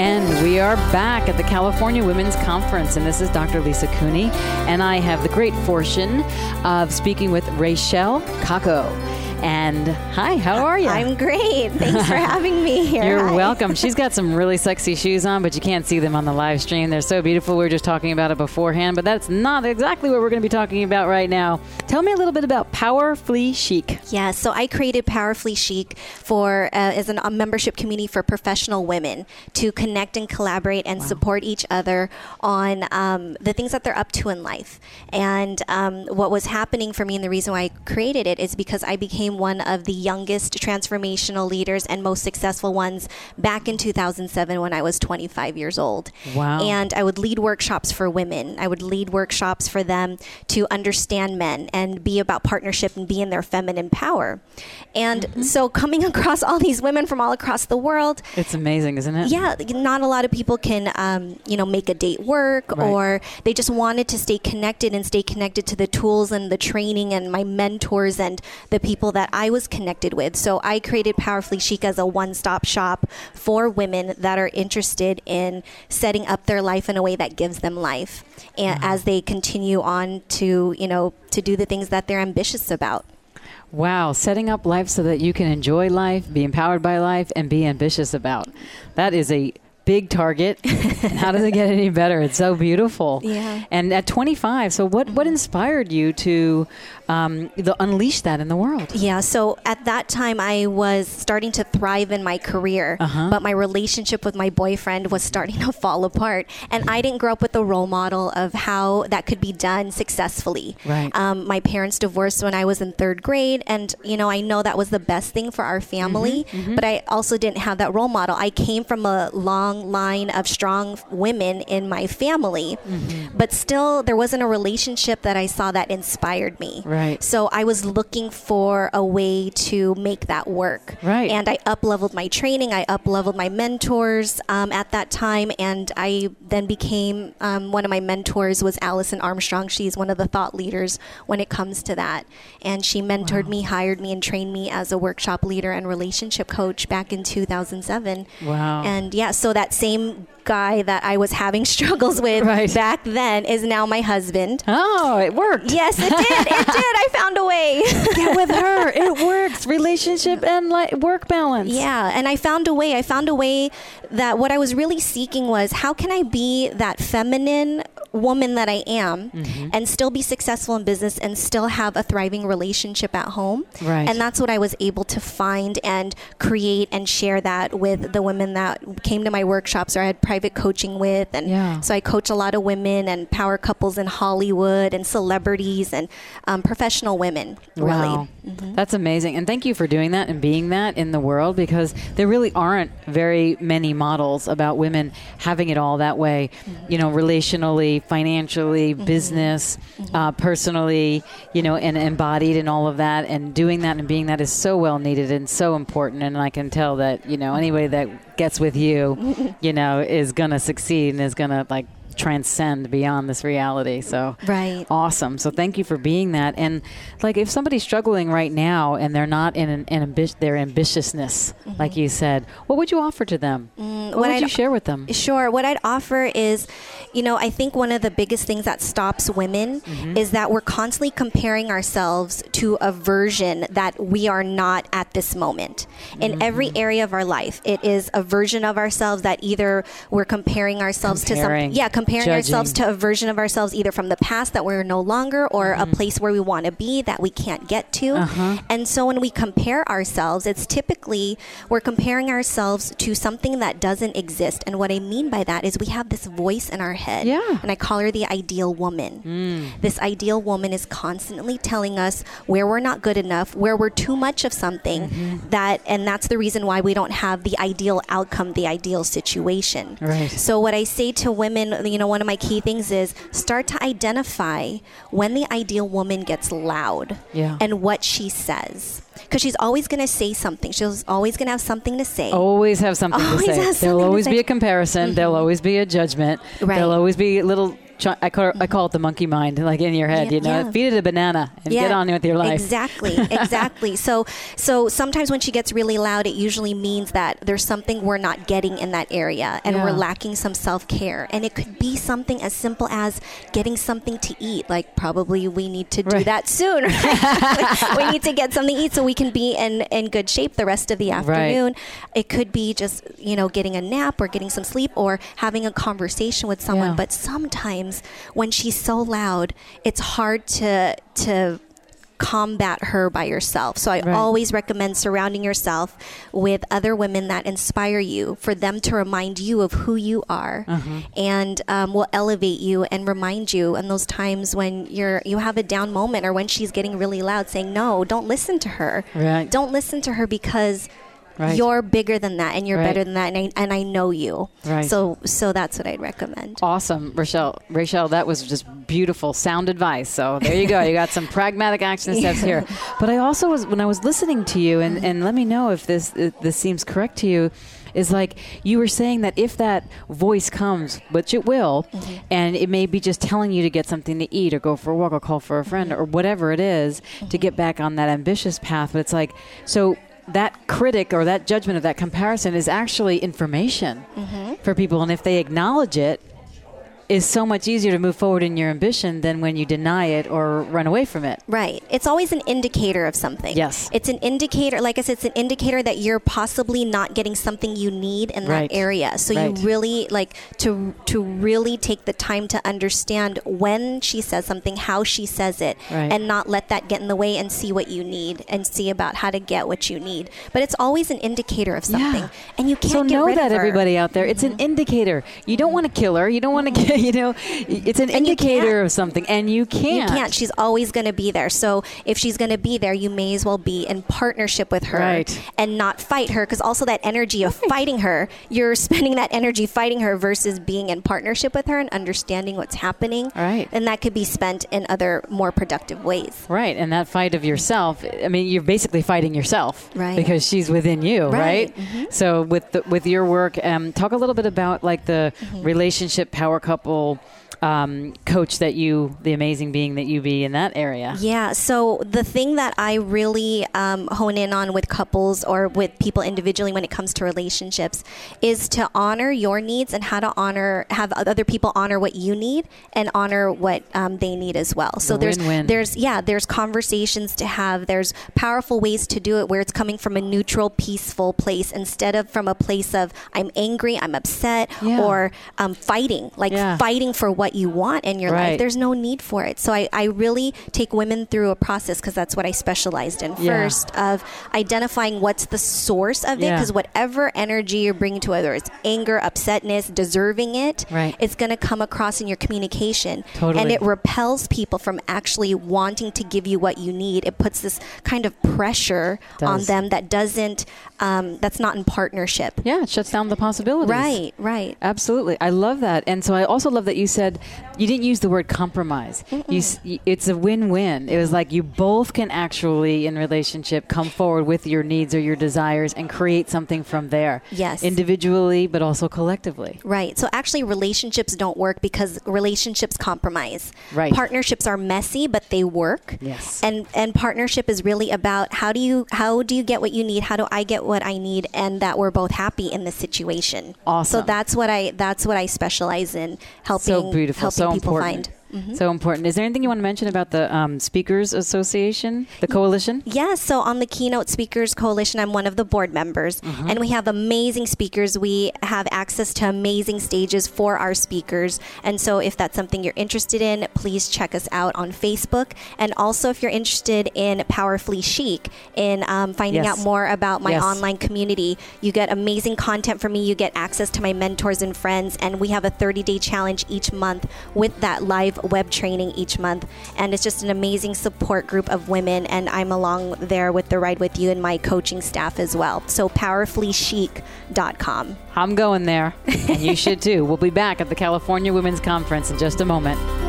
And we are back at the California Women's Conference, and this is Dr. Lisa Cooney. And I have the great fortune of speaking with Rachelle Kako. And hi, how are you? I'm great. Thanks for having me here. You're Hi. welcome. She's got some really sexy shoes on, but you can't see them on the live stream. They're so beautiful. We were just talking about it beforehand, but that's not exactly what we're going to be talking about right now. Tell me a little bit about Power Flea Chic. Yeah, so I created Powerfully Chic for uh, as an, a membership community for professional women to connect and collaborate and support each other on um, the things that they're up to in life. And um, what was happening for me, and the reason why I created it, is because I became one of the youngest transformational leaders and most successful ones back in 2007 when I was 25 years old. Wow. And and I would lead workshops for women. I would lead workshops for them to understand men and be about partnership and be in their feminine power. And so coming across all these women from all across the world, It's amazing, isn't it? yeah, like, not a lot of people can, um, you know, make a date work, Right. or they just wanted to stay connected and stay connected to the tools and the training and my mentors and the people that I was connected with. So I created Powerfully Chic as a one-stop shop for women that are interested in setting up their life in a way that gives them life, and as they continue on to, you know, to do the things that they're ambitious about. Wow, setting up life so that you can enjoy life, be empowered by life, and be ambitious about. That is a big target. And How does it get any better? It's so beautiful. Yeah. And at 25, so what, what inspired you to um, the, unleash that in the world? Yeah, so at that time I was starting to thrive in my career, Uh-huh. but my relationship with my boyfriend was starting to fall apart. And I didn't grow up with a role model of how that could be done successfully. Right. Um, my parents divorced when I was in third grade, and you know I know that was the best thing for our family, Mm-hmm, but I also didn't have that role model. I came from a long line of strong women in my family, Mm-hmm. but still there wasn't a relationship that I saw that inspired me. Right. So I was looking for a way to make that work. Right. And I up leveled my training. I up leveled my mentors um, at that time, and I then became um, one of my mentors was Allison Armstrong. She's one of the thought leaders when it comes to that, and she mentored me, hired me, and trained me as a workshop leader and relationship coach back in 2007. Wow. And yeah, so that same guy that I was having struggles with Right. back then is now my husband. Oh, it worked. Yes, it did. It did. I found a way. Get with her. It works. Relationship and like work balance. Yeah, and I found a way. I found a way that what I was really seeking was how can I be that feminine woman that I am Mm-hmm. and still be successful in business and still have a thriving relationship at home? Right. And that's what I was able to find and create and share that with the women that came to my workshops or I had private coaching with. And Yeah. so I coach a lot of women and power couples in Hollywood and celebrities and um, professional women, really. Mm-hmm. Wow. That's amazing. And thank you for doing that and being that in the world because there really aren't very many models about women having it all that way, Mm-hmm. you know, relationally, financially, business, Mm-hmm. uh, personally, you know, and embodied and all of that. And doing that and being that is so well needed and so important. And I can tell that, you know, anybody that gets with you, you know, is going to succeed and is going to like transcend beyond this reality. So, Right. awesome. So thank you for being that. And like, if somebody's struggling right now and they're not in an, an ambi- their ambitiousness, Mm-hmm. like you said, what would you offer to them? Mm, what, what would I'd- you share with them? Sure. What I'd offer is, you know, I think one of the biggest things that stops women is that we're constantly comparing ourselves to a version that we are not at this moment. In every area of our life, it is a version of ourselves that either we're comparing ourselves to Comparing, some, yeah, comparing ourselves judging. to a version of ourselves either from the past that we're no longer or Mm-hmm. a place where we want to be that we can't get to. Uh-huh. And so when we compare ourselves, it's typically we're comparing ourselves to something that doesn't exist. And what I mean by that is we have this voice in our head. Yeah. Mm. And I call her the ideal woman. This ideal woman is constantly telling us where we're not good enough, where we're too much of something Mm-hmm. that and that's the reason why we don't have the ideal outcome, the ideal situation. Right. So what I say to women, you know, one of my key things is start to identify when the ideal woman gets loud Yeah. and what she says. Because she's always going to say something. She's always going to have something to say. Always have something Always to say. has There'll something to always say. Mm-hmm. be a comparison. There'll always be a judgment. Right. Mm-hmm. There'll always be little Ch- I call, I call it the monkey mind, like in your head. Yeah. You know, Yeah. feed it a banana and get on with your life. Exactly, exactly. so, so sometimes when she gets really loud, it usually means that there's something we're not getting in that area, and we're Yeah. lacking some self care. And it could be something as simple as getting something to eat. Like probably we need to do Right. that soon. right? Like, we need to get something to eat so we can be in in good shape the rest of the afternoon. It could be just you know getting a nap or getting some sleep or having a conversation with someone. Yeah. But sometimes when she's so loud, it's hard to to combat her by yourself. So I Right. always recommend surrounding yourself with other women that inspire you, for them to remind you of who you are, Uh-huh. and um, will elevate you and remind you in those times when you're you have a down moment or when she's getting really loud, saying no, don't listen to her. Right. Don't listen to her because. Right. You're bigger than that, and you're Right. better than that, and I, and I know you. Right. So, so that's what I'd recommend. Awesome, Rochelle. Rachel, that was just beautiful sound advice. So there you go. You got some pragmatic action steps here. But I also was when I was listening to you, and, and let me know if this if this seems correct to you. Is like you were saying that if that voice comes, which it will, and it may be just telling you to get something to eat or go for a walk or call for a friend or whatever it is to get back on that ambitious path. But it's like, so that critic or that judgment of that comparison is actually information for people. And if they acknowledge it, is so much easier to move forward in your ambition than when you deny it or run away from it. Right. It's always an indicator of something. Yes. It's an indicator, like I said, it's an indicator that you're possibly not getting something you need in Right. that area. So Right. you really like to to really take the time to understand when she says something, how she says it, Right. and not let that get in the way and see what you need and see about how to get what you need. But it's always an indicator of something. And you can't So get know rid that of her. Mm-hmm. everybody out there, it's an indicator. You don't want to kill her. You don't want to get, you know, it's an And you indicator can't. of something, and you You can't. can't. She's always going to be there. So if she's going to be there, you may as well be in partnership with her Right. and not fight her. Because also that energy of fighting her, you're spending that energy fighting her versus being in partnership with her and understanding what's happening. Right. And that could be spent in other more productive ways. Right, and that fight of yourself. I mean, you're basically fighting yourself, Right. Because she's within you, right? Right, Mm-hmm. So with the, with your work, um, talk a little bit about like the Mm-hmm. relationship power couple um, coach that you, the amazing being that you be in that area. Yeah. So the thing that I really um, hone in on with couples or with people individually when it comes to relationships is to honor your needs and how to honor have other people honor what you need and honor what um, they need as well. So The there's win-win. there's yeah there's conversations to have. There's powerful ways to do it where it's coming from a neutral, peaceful place instead of from a place of I'm angry, I'm upset, Yeah. or um, fighting like Yeah. fighting for what you want in your Right. life. There's no need for it. So I, I really take women through a process because that's what I specialized in Yeah. first of identifying what's the source of it. Yeah. Because whatever energy you're bringing to whether it's anger, upsetness, deserving it, Right. it's going to come across in your communication. And Totally. it repels people from actually wanting to give you what you need. It puts this kind of pressure on Does. them that doesn't, um, that's not in partnership. Yeah, it shuts down the possibilities. Right, right. Absolutely, I love that, and so I also love that you said you didn't use the word compromise. You, s- y- it's a win-win. It was like you both can actually, in relationship, come forward with your needs or your desires and create something from there. Yes. individually, but also collectively. Right. So actually, relationships don't work because relationships compromise. Right. Partnerships are messy, but they work. Yes. And and partnership is really about how do you how do you get what you need? How do I get what I need? And that we're both happy in this situation. Awesome. So that's what I that's what I specialize in helping so beautiful, helping so people important. find. Mm-hmm. So important. Is there anything you want to mention about the um, Speakers Association, the coalition? Yes, so on the Keynote Speakers Coalition, I'm one of the board members, Mm-hmm. and we have amazing speakers. We have access to amazing stages for our speakers. And so, if that's something you're interested in, please check us out on Facebook. And also, if you're interested in Powerfully Chic, in um, finding Yes. out more about my Yes. online community, you get amazing content from me, you get access to my mentors and friends, and we have a 30 day challenge each month with that live web training each month. And it's just an amazing support group of women, and I'm along there with the ride with you and my coaching staff as well. So powerfullychic.com. I'm going there, and you should too. We'll be back at the California Women's Conference in just a moment.